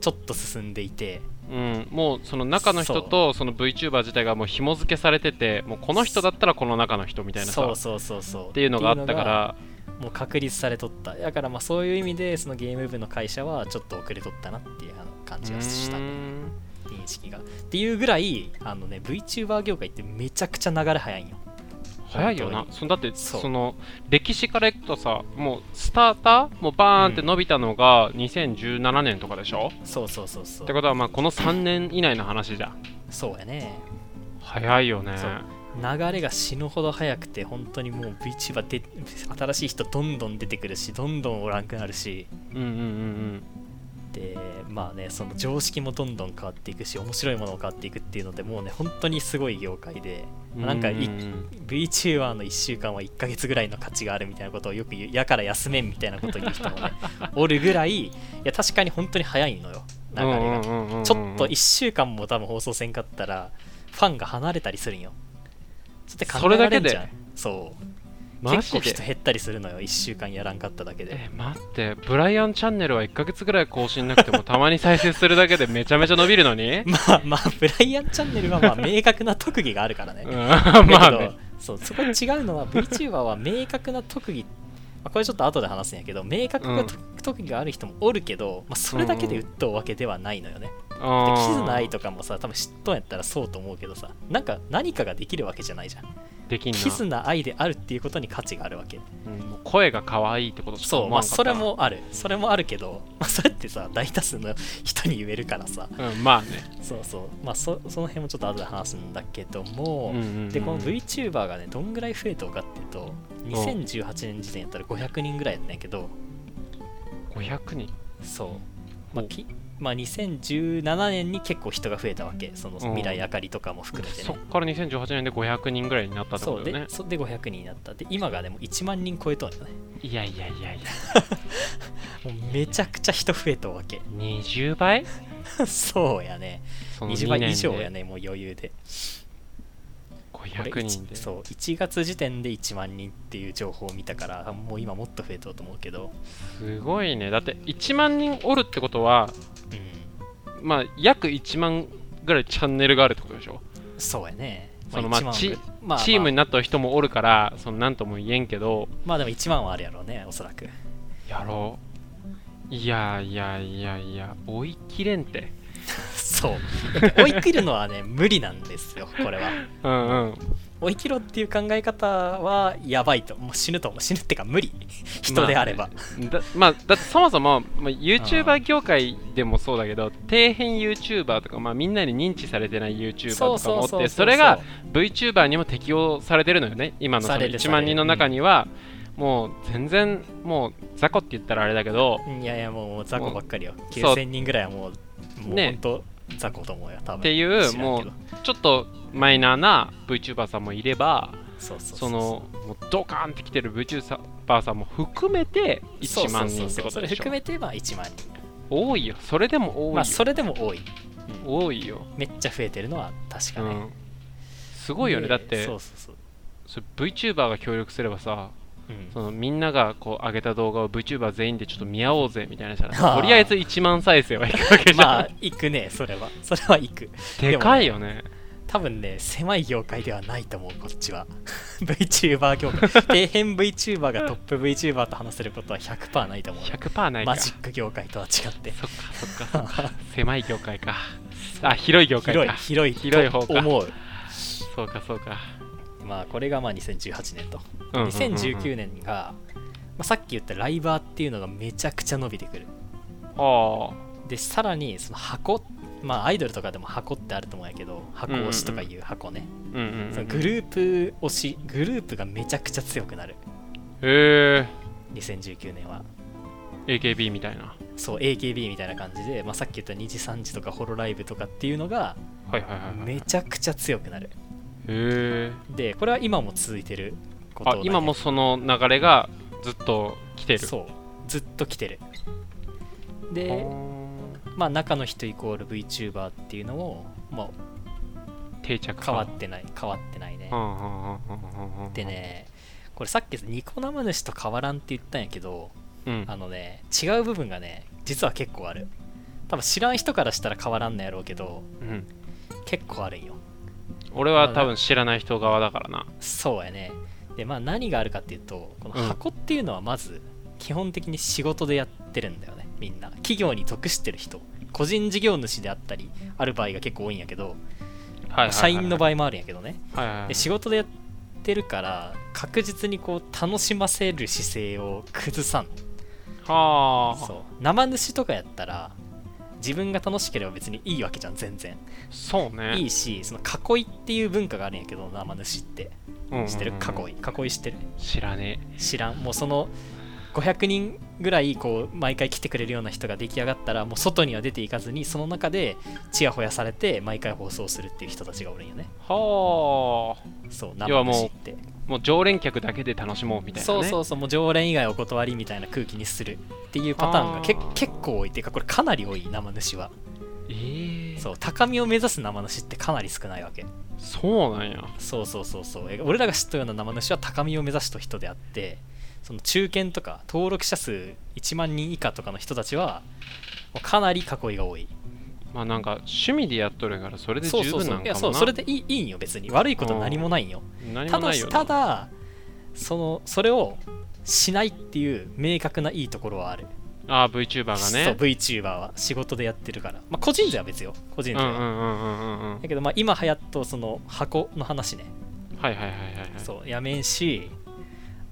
ちょっと進んでいてうん、もうその中の人とその VTuber 自体がもう紐付けされててもうこの人だったらこの中の人みたいなさそうそうそうそうっていうのがあったからもう確立されとっただからまあそういう意味でそのゲーム部の会社はちょっと遅れとったなっていうあの感じがしたうーねん認識がっていうぐらいあのね VTuber 業界ってめちゃくちゃ流れ早いんよ早いよな本そのだってそうその歴史からいくとさもうスターターもうバーンって伸びたのが2017年とかでしょ、そうそうそうそってうことはまあこの3年以内の話じゃんそうやね早いよねそう流れが死ぬほど早くて本当にもう VTuber で新しい人どんどん出てくるしどんどんおらんくなるしうんうんうんでまあねその常識もどんどん変わっていくし面白いものも変わっていくっていうのでもうね本当にすごい業界でうんまあなんかいうんうん VTuber の1週間は1ヶ月ぐらいの価値があるみたいなことをよく言うやから休めんみたいなことを言う人も <laughs> ねおるぐらいいや確かに本当に早いのよ流れが、うんうんうんうんちょっと1週間も多分放送せんかったらファンが離れたりするんよそれって考えられんじゃんそうマ結ジ構で人減ったりするのよ1週間やらんかっただけでえ待ってブライアンチャンネルは1ヶ月ぐらい更新なくてもたまに再生するだけでめちゃめちゃ伸びるのにまあまあブライアンチャンネルはまあ明確な特技があるからね、うん <laughs> だけどまあねそうそこ違うのは VTuber は明確な特技、まあ、これちょっと後で話すんやけど明確なと、特技がある人もおるけど、まあ、それだけで打っとうわけではないのよね、でキズナイとかもさ多分知っとんやったらそうと思うけどさなんか何かができるわけじゃないじゃんできんなキズナイであるっていうことに価値があるわけうんもう声が可愛いってことしかそう思まわあんかったそれもあるそれもあるけど、まあ、それってさ大多数の人に言えるからさうんまあねそうそうまあそその辺もちょっと後で話すんだけども、うんうんうんでこの VTuber がねどんぐらい増えたかっていうと2018年時点やったら500人ぐらいやったんやけど500人そう、まあきまあ、2017年に結構人が増えたわけそのん未来あかりとかも含めてそっね、から2018年で500人ぐらいになったってこそうとだよでねそで500人になったで今がでも1万人超えとんよねいやいやいやいやもうめちゃくちゃ人増えたわけ <laughs> 20倍そうやねその20 2倍年以上やねねもう余裕でこれ500人で一そう1月時点で1万人っていう情報を見たからもう今もっと増えとうと思うけどすごいねだって1万人おるってことはうんまあ約1万ぐらいチャンネルがあるってことでしょそうやねそのまあ1万はチまあチームになった人もおるからその何とも言えんけどまあでも1万はあるやろうねおそらく <laughs> やろういやいやいやいや追いきれんてそうだって追い切るのはね無理なんです <laughs> よこれはうんうん追い切ろうっていう考え方はやばいともう死ぬと思う死ぬってか無理人であれば、だまあ、だってそもそも、まあ、YouTuber 業界でもそうだけど底辺 YouTuber とか、まあ、みんなに認知されてない YouTuber とかもおってそれが VTuber にも適用されてるのよね今のそさのれる1万人の中には、もう全然もう雑魚って言ったらあれだけどいやいやもうもう雑魚ばっかりよそう9000人ぐらいはもうもうねほんと雑魚と思うよ多分っていう知らんけどちょっとマイナーな VTuber さんもいればそうそうそのもうドカーンってきてる VTuber さんも含めて1万人ってことでそうそうしそうそうそれ含ょめてまあ1万人多いよそれでも多いよ、まあそれでも多い多いよ、めっちゃ増えてるのは確うかね、ん、すごいよねでだってそうそうそうそれ VTuber が協力すればさうんそのみんながこう上げた動画を VTuber 全員でちょっと見合おうぜみたいなしたらあさ <laughs> ーとりあえず1万再生はいくわ <laughs> けじゃん、まあ行くねそれはそれは行くでかいよね多分ね狭い業界ではないと思うこっちは <laughs> VTuber 業 <laughs> 界底辺 VTuber がトップ VTuber と話せることは100%ないと思うよ100%ないかマジック業界とは違ってそっかそっかそっか狭い業界かあ広い業界広いか広い広い方とか思うそうかそうか、まあこれがまあ2018年とうんうんうんうん2019年が、まあ、さっき言ったライバーっていうのがめちゃくちゃ伸びてくるああでさらにその箱まあアイドルとかでも箱ってあると思うんやけど箱推しとかいう箱ね、うんうんうんそのグループ推しグループがめちゃくちゃ強くなるへ2019年はえ AKB みたいなそう AKB みたいな感じで、まあ、さっき言った2時3時とかホロライブとかっていうのがはいはいはいはいへめちゃくちゃ強くなるえでこれは今も続いてることあだね今もその流れがずっと来てるそうずっと来てるうでまあ中の人イコール VTuber っていうのも、ま定着あ、か変わってない変わってないねうんうんうんうんうんうんでねこれさっきニコ生主と変わらんって言ったんやけどうんあのね違う部分がね実は結構ある多分知らん人からしたら変わらんのやろうけどうん結構あるんよ俺は多分知らない人側だからなそうやねでまあ何があるかっていうとこの箱っていうのはまず基本的に仕事でやってるんだよねみんな企業に属してる人個人事業主であったりある場合が結構多いんやけどはいはいはいはい社員の場合もあるんやけどねはいはいはいで仕事でやってるから確実にこう楽しませる姿勢を崩さんはあそう生主とかやったら自分が楽しければ別にいいわけじゃん全然そうねいいしその囲いっていう文化があるんやけど生主ってうんうんうん知ってる囲い囲いしてる知らね知らんもうその500人ぐらいこう毎回来てくれるような人が出来上がったらもう外には出ていかずにその中でちやほやされて毎回放送するっていう人たちがおるんよねえはあそう要は生もう主ってもう常連客だけで楽しもうみたいなそねうそうそうもう常連以外お断りみたいな空気にするっていうパターンがけあー結構多いっていうかこれかなり多い生主はええそう高みを目指す生主ってかなり少ないわけそうなんやそうそうそうそうえ俺らが知ったような生主は高みを目指した人であってその中堅とか登録者数1万人以下とかの人たちはもうかなり囲いが多いまあなんか趣味でやっとるからそれでそう十そう分そなうんいかやもそうなそれでいいいいんよ別に悪いこと何もないんよ何たもだないしよなただそのそれをしないっていう明確ないいところはあるああ VTuber がねそう VTuber は仕事でやってるから、まあ、個人では別よ個人うんでうは、んうんうんうんうんだけどまあ今流行ったその箱の話ね、はいはいはいはいはいそうやめんし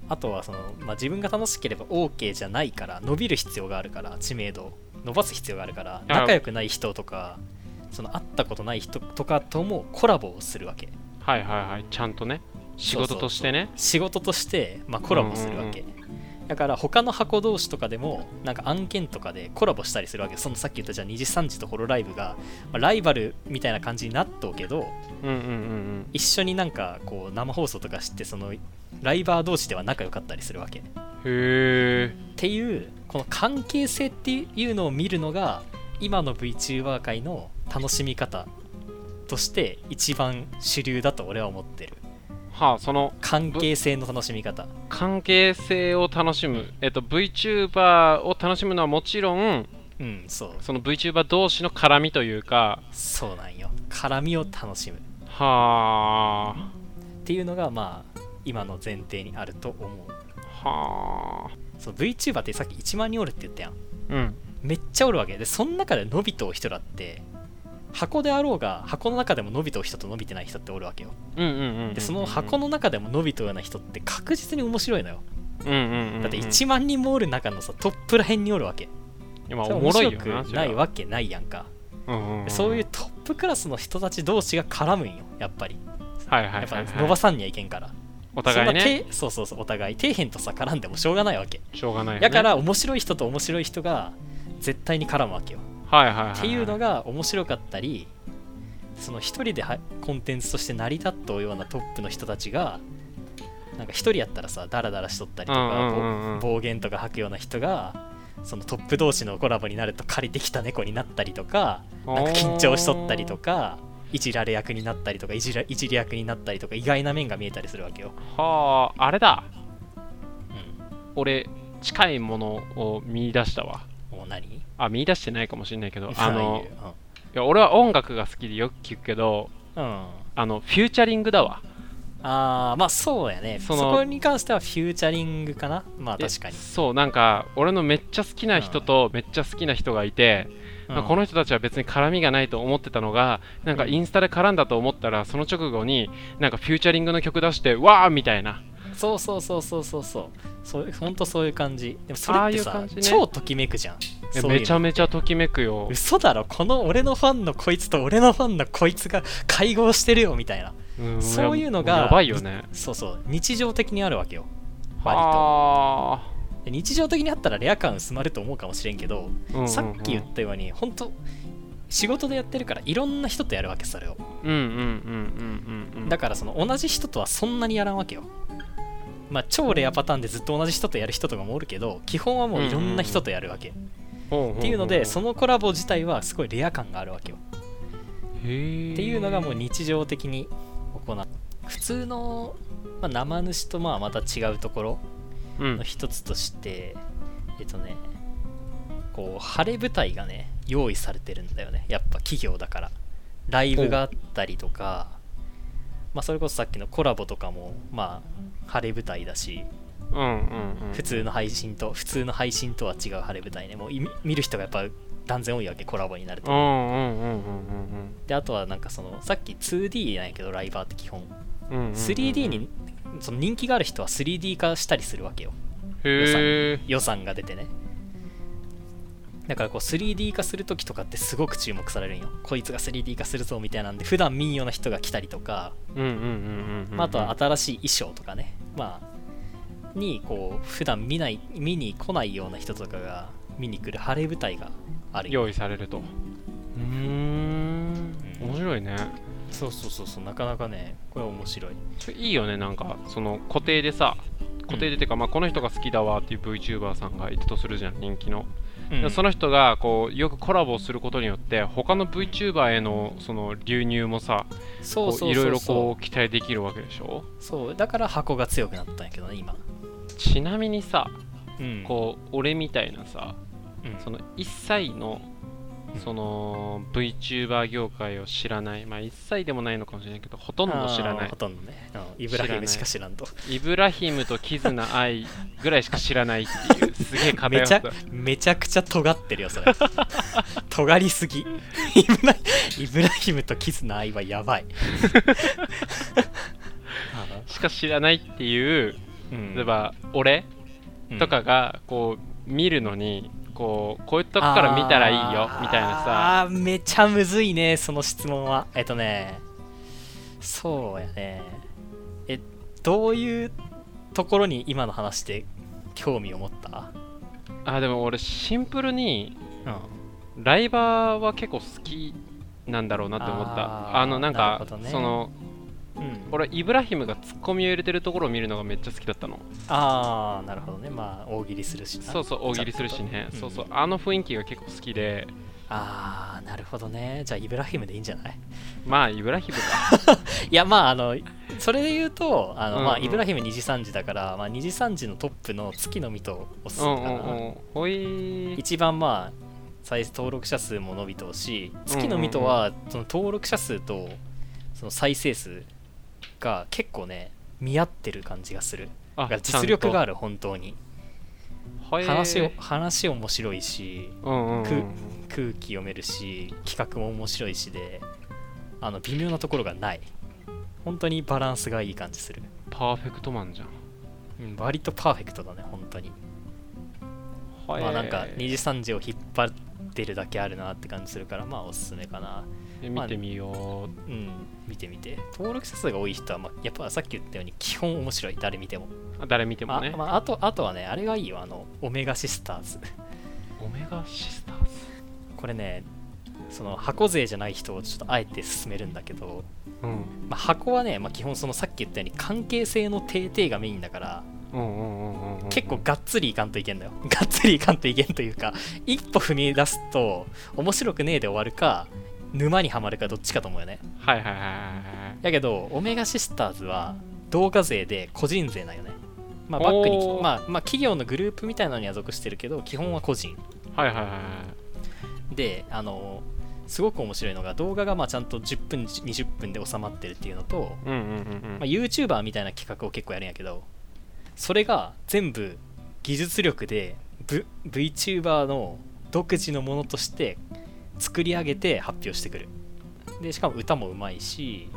あとはその、まあ、自分が楽しければ OK じゃないから伸びる必要があるから知名度を伸ばす必要があるからあ仲良くない人とかその会ったことない人とかともコラボをするわけはいはいはいちゃんとね仕事としてね仕事として、まあ、コラボするわけ、うだから他の箱同士とかでもなんか案件とかでコラボしたりするわけそのさっき言ったじゃあ2時3時とホロライブが、まあライバルみたいな感じになっとうけどうんうんうん一緒になんかこう生放送とかしてそのライバー同士では仲良かったりするわけっうんへえていうこの関係性っていうのを見るのが今の VTuber 界の楽しみ方として一番主流だと俺は思ってるはあその関係性の楽しみ方関係性を楽しむ、えっと、VTuber を楽しむのはもちろんうんそうその VTuber 同士の絡みというかそうなんよ絡みを楽しむっはあていうのがまあ今の前提にあると思うはあそう VTuber ってさっき1万人おるって言ったやんうんめっちゃおるわけでその中で伸びとう人だって箱であろうが箱の中でも伸びとう人と伸びてない人っておるわけようんうんうんうんうんでその箱の中でも伸びとうような人って確実に面白いのようんうんうんうんだって1万人もおる中のさトップらへんにおるわけ今それおもろいよ面白なくないわけないやんかそれはうんうんんそういうトップクラスの人たち同士が絡むんよやっぱりはいはいやはっいはぱい伸ばさんにはいけんからお互いそんねな底そうそうそうお互い底辺とさ絡んでもしょうがないわけしょうがないよ、ね、だから面白い人と面白い人が絶対に絡むわけよはいはいははっていうのが面白かったりその一人ではコンテンツとして成り立ったようなトップの人たちがなんか一人やったらさダラダラしとったりとか、うんうんうんうんぼ暴言とか吐くような人がそのトップ同士のコラボになると借りてきた猫になったりとかなんか緊張しとったりとかいじられ役になったりとかいじらいじり役になったりとか意外な面が見えたりするわけよ、はああれだう俺近いものを見出したわん、もう何あ見出してないかもし <laughs> れないけどあのいいよいや俺は音楽が好きでよく聞くけどうん、うんあのフューチャリングだわあーまあそうやねそそのこに関してはフューチャリングかなまあ確かにえ、そうなんか俺のめっちゃ好きな人とめっちゃ好きな人がいて、うんこの人たちは別に絡みがないと思ってたのがなんかインスタで絡んだと思ったらその直後になんかフューチャリングの曲出してわーみたいなそうそうそうそうそうそうそうほんとそういう感じでもそれってああいうさ感じね超ときめくじゃんいやそういうのめちゃめちゃときめくよ嘘だろこの俺のファンのこいつと俺のファンのこいつが会合してるよみたいなそういうのがやばいよねそうそう日常的にあるわけよ割とはで日常的にあったらレア感薄まると思うかもしれんけど、あ、うんうんうんさっき言ったようにほんと仕事でやってるからいろんな人とやるわけそれをうんうんうんうんうんうんだからその同じ人とはそんなにやらんわけよまあ超レアパターンでずっと同じ人とやる人とかもおるけど基本はもういろんな人とやるわけ、っっていうのでそののコラボ自体はすごいレア感があるわけよってっていいうのがもう日常的に行う普通の、まあ、生主とまあまた違うところの一つとして、えっとねこう晴れ舞台がね用意されてるんだよねやっぱ企業だからライブがあったりとか、まあ、それこそさっきのコラボとかもまあ晴れ舞台だしうんうんうん普通の配信と普通の配信とは違う晴れ舞台ねもうい見る人がやっぱ断然多いわけコラボになるうとんうんうんうんであとはなんかそのさっき 2D なんやけどライバーって基本うんうんうんうん 3D にその人気がある人は 3D 化したりするわけよへえ予算が出てねだからこう 3D 化する時とかってすごく注目されるんよこいつが 3D 化するぞみたいなんで普段見んような人が来たりとか、うんうんうんうんまあ、あとは新しい衣装とかねまあにこう普段見ない見に来ないような人とかが見に来る晴れ舞台があるよ用意されるとうーん面白いねそうそうそうそうなかなかねこれは面白いそれいいよねなんかその固定でさ固定でっていうか、まあ、この人が好きだわっていう VTuber さんがいたとするじゃん人気の、でその人がこうよくコラボすることによって他の VTuber へのその流入もさそこううそうそうそういろいろこう期待できるわけでしょそうだから箱が強くなったんやけどね今、ちなみにさうんこう俺みたいなさうんその1歳のうんその VTuber 業界を知らないまあ1歳でもないのかもしれないけどほとんど知らなあーいほとんどね、うんイブラヒムしか知らんとイブラヒムとキズナアイぐらいしか知らないっていうすげえ <laughs> 偏めっちゃためちゃくちゃ尖ってるよそれ <laughs> 尖りす <laughs> ぎイブライブラヒムとキズの愛はやばいあしか知らないっていうーうん例えば俺うんとかがこう見るのにこうこういうとこから見たらいいよあーみたいなさあーめちゃむずいねその質問はえっとねそうやねえどういうところに今の話で興味を持ったあでも俺シンプルにうんライバーは結構好きなんだろうなって思ったあーあのなんなかるほどねそのうん、俺イブラヒムがツッコミを入れてるところを見るのがめっちゃ好きだったのああなるほどねまあ大喜利するしなそうそう大喜利するしねちゃんとそうそううんあの雰囲気が結構好きでああなるほどねじゃあイブラヒムでいいんじゃない <laughs> まあイブラヒムかいやまああのそれで言うとあの、うんうんまあ、イブラヒム二次三次だから、まあ、二次三次のトップの月の実とおすすうめんかうな、んうんほい一番まあ再生登録者数も伸びとうし月の実とはその登録者数とその再生数が結構ね見合ってる感じがするあ実力があるる本当に話を話面白いしうんうんうんく空気読めるし企画も面白いしであの微妙なところがない本当にバランスがいい感じする、パーフェクトマンじゃんうん、割とパーフェクトだね本当に、はまあなんか2時3時を引っ張ってるだけあるなって感じするからまあおすすめかなえ見てみようう、ん見てみて登録者数が多い人は、まあ、やっぱさっき言ったように基本面白い誰見てもあ誰見てもあ,、ね、まあ、あとあとはねあれがいいよあのオメガシスターズオメガシスターズこれねその箱勢じゃない人をちょっとあえて勧めるんだけど、うんまあ、箱はね、まあ、基本そのさっき言ったように関係性の定定がメインだからうんうんうんうんうん結構がっつりいかんといけんのよ <laughs> がっつりいかんといけんというか一歩踏み出すと面白くねえで終わるか沼にはまるかどっちかと思うよねはいはいはいはいはいやけどオメガシスターズは動画税で個人税なんよねまあバックおにーまあ、まあ企業のグループみたいなのには属してるけど基本は個人はいはいはいはいであのすごく面白いのが動画がまあちゃんと10分20分で収まってるっていうのと、うんうんうんうんまあ、YouTuber みたいな企画を結構やるんやけどそれが全部技術力で、v、VTuber の独自のものとして作り上げて発表してくるでしかも歌もうまいし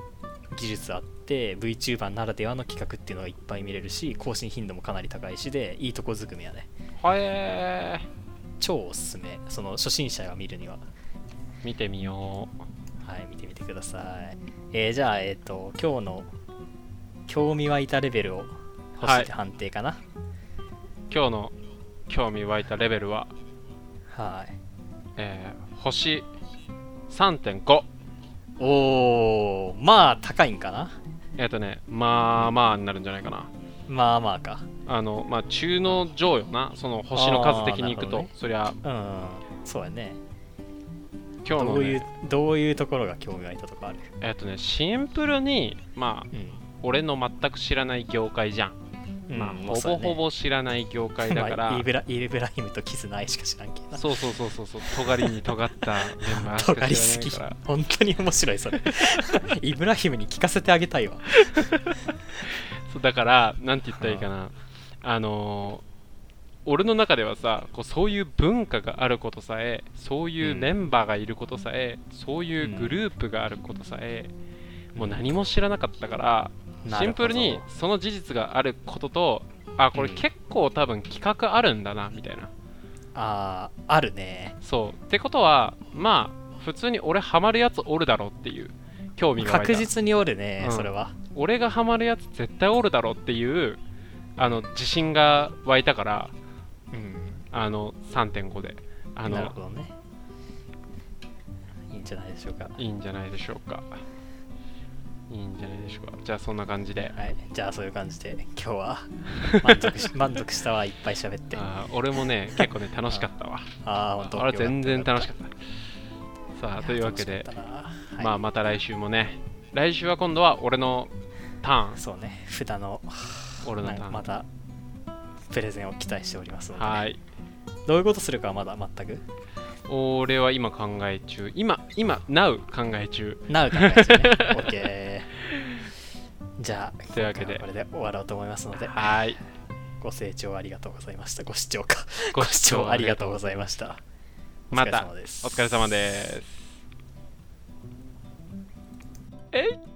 技術あって VTuber ならではの企画っていうのがいっぱい見れるし更新頻度もかなり高いしでいいとこずくめやねはえ超おすすめその初心者が見るにはー、見てみようはい、見てみてください。えーじゃあ、えっ、と、今日の興味湧いたレベルをは星いで判定かな。今日の興味湧いたレベルは、はい。えー、星3.5おー、まあ、高いんかなえっ、とねまあまあになるんじゃないかなまあまあか。あのまあ中の上よなその星の数的にいくと、あーなるほどねそりうゃん、そうやね。今ど日の、ういうね、、どういうところが興味湧いたとかあるえっ、とねシンプルにまあうん。俺の全く知らない業界じゃん、うんまあ、もほうそうぼやねほぼ知らない業界だから、まあイブラ、イブラヒムとキズナイしか知らんけどな。そうそうそうそうそう尖りに尖ったメンバーし尖かり知すぎらないから。本当に面白い、 <laughs> それ。イブラヒムに聞かせてあげたいわ。そうだからなんて言ったらいいかなあのー俺の中ではさこうそういう文化があることさえそういうメンバーがいることさえ、そういうグループがあることさえ、もう何も知らなかったから、なシるンほプどルにその事実があることとあこれうん結構多分企画あるんだなみたいなあー、あるね。そうってことはまあ普通に俺ハマるやつおるだろうっていう興味が湧いた確実におるね、うんそれは。俺がハマるやつ絶対おるだろうっていうあの自信が湧いたからうん。あの3.5であなるのほどねいいんじゃないでしょうかいいんじゃないでしょうかいいんじゃないでしょうかじゃあそんな感じではいじゃあそういう感じで今日 <laughs> は満足し満足したわいっぱい喋ってああー俺もね結構ね楽しかったわ <laughs> あ本当あれ全然楽しかかっったさたあというわけで、楽しかったなまはあいまた来週もね来週は今度は俺のターンそうね札の俺のなタんーかンまたプレゼンを期待しておりますので、はいどういうことするかはまだ全く俺は今考え中今今 Now 考え中なう考えです <laughs> ね OK じゃあというわけで今回はこれで終わろうと思いますのではいご清聴ありがとうございましたご視聴かごご視聴ありがとうございましたまたお疲れ様ですお疲れ様です。えい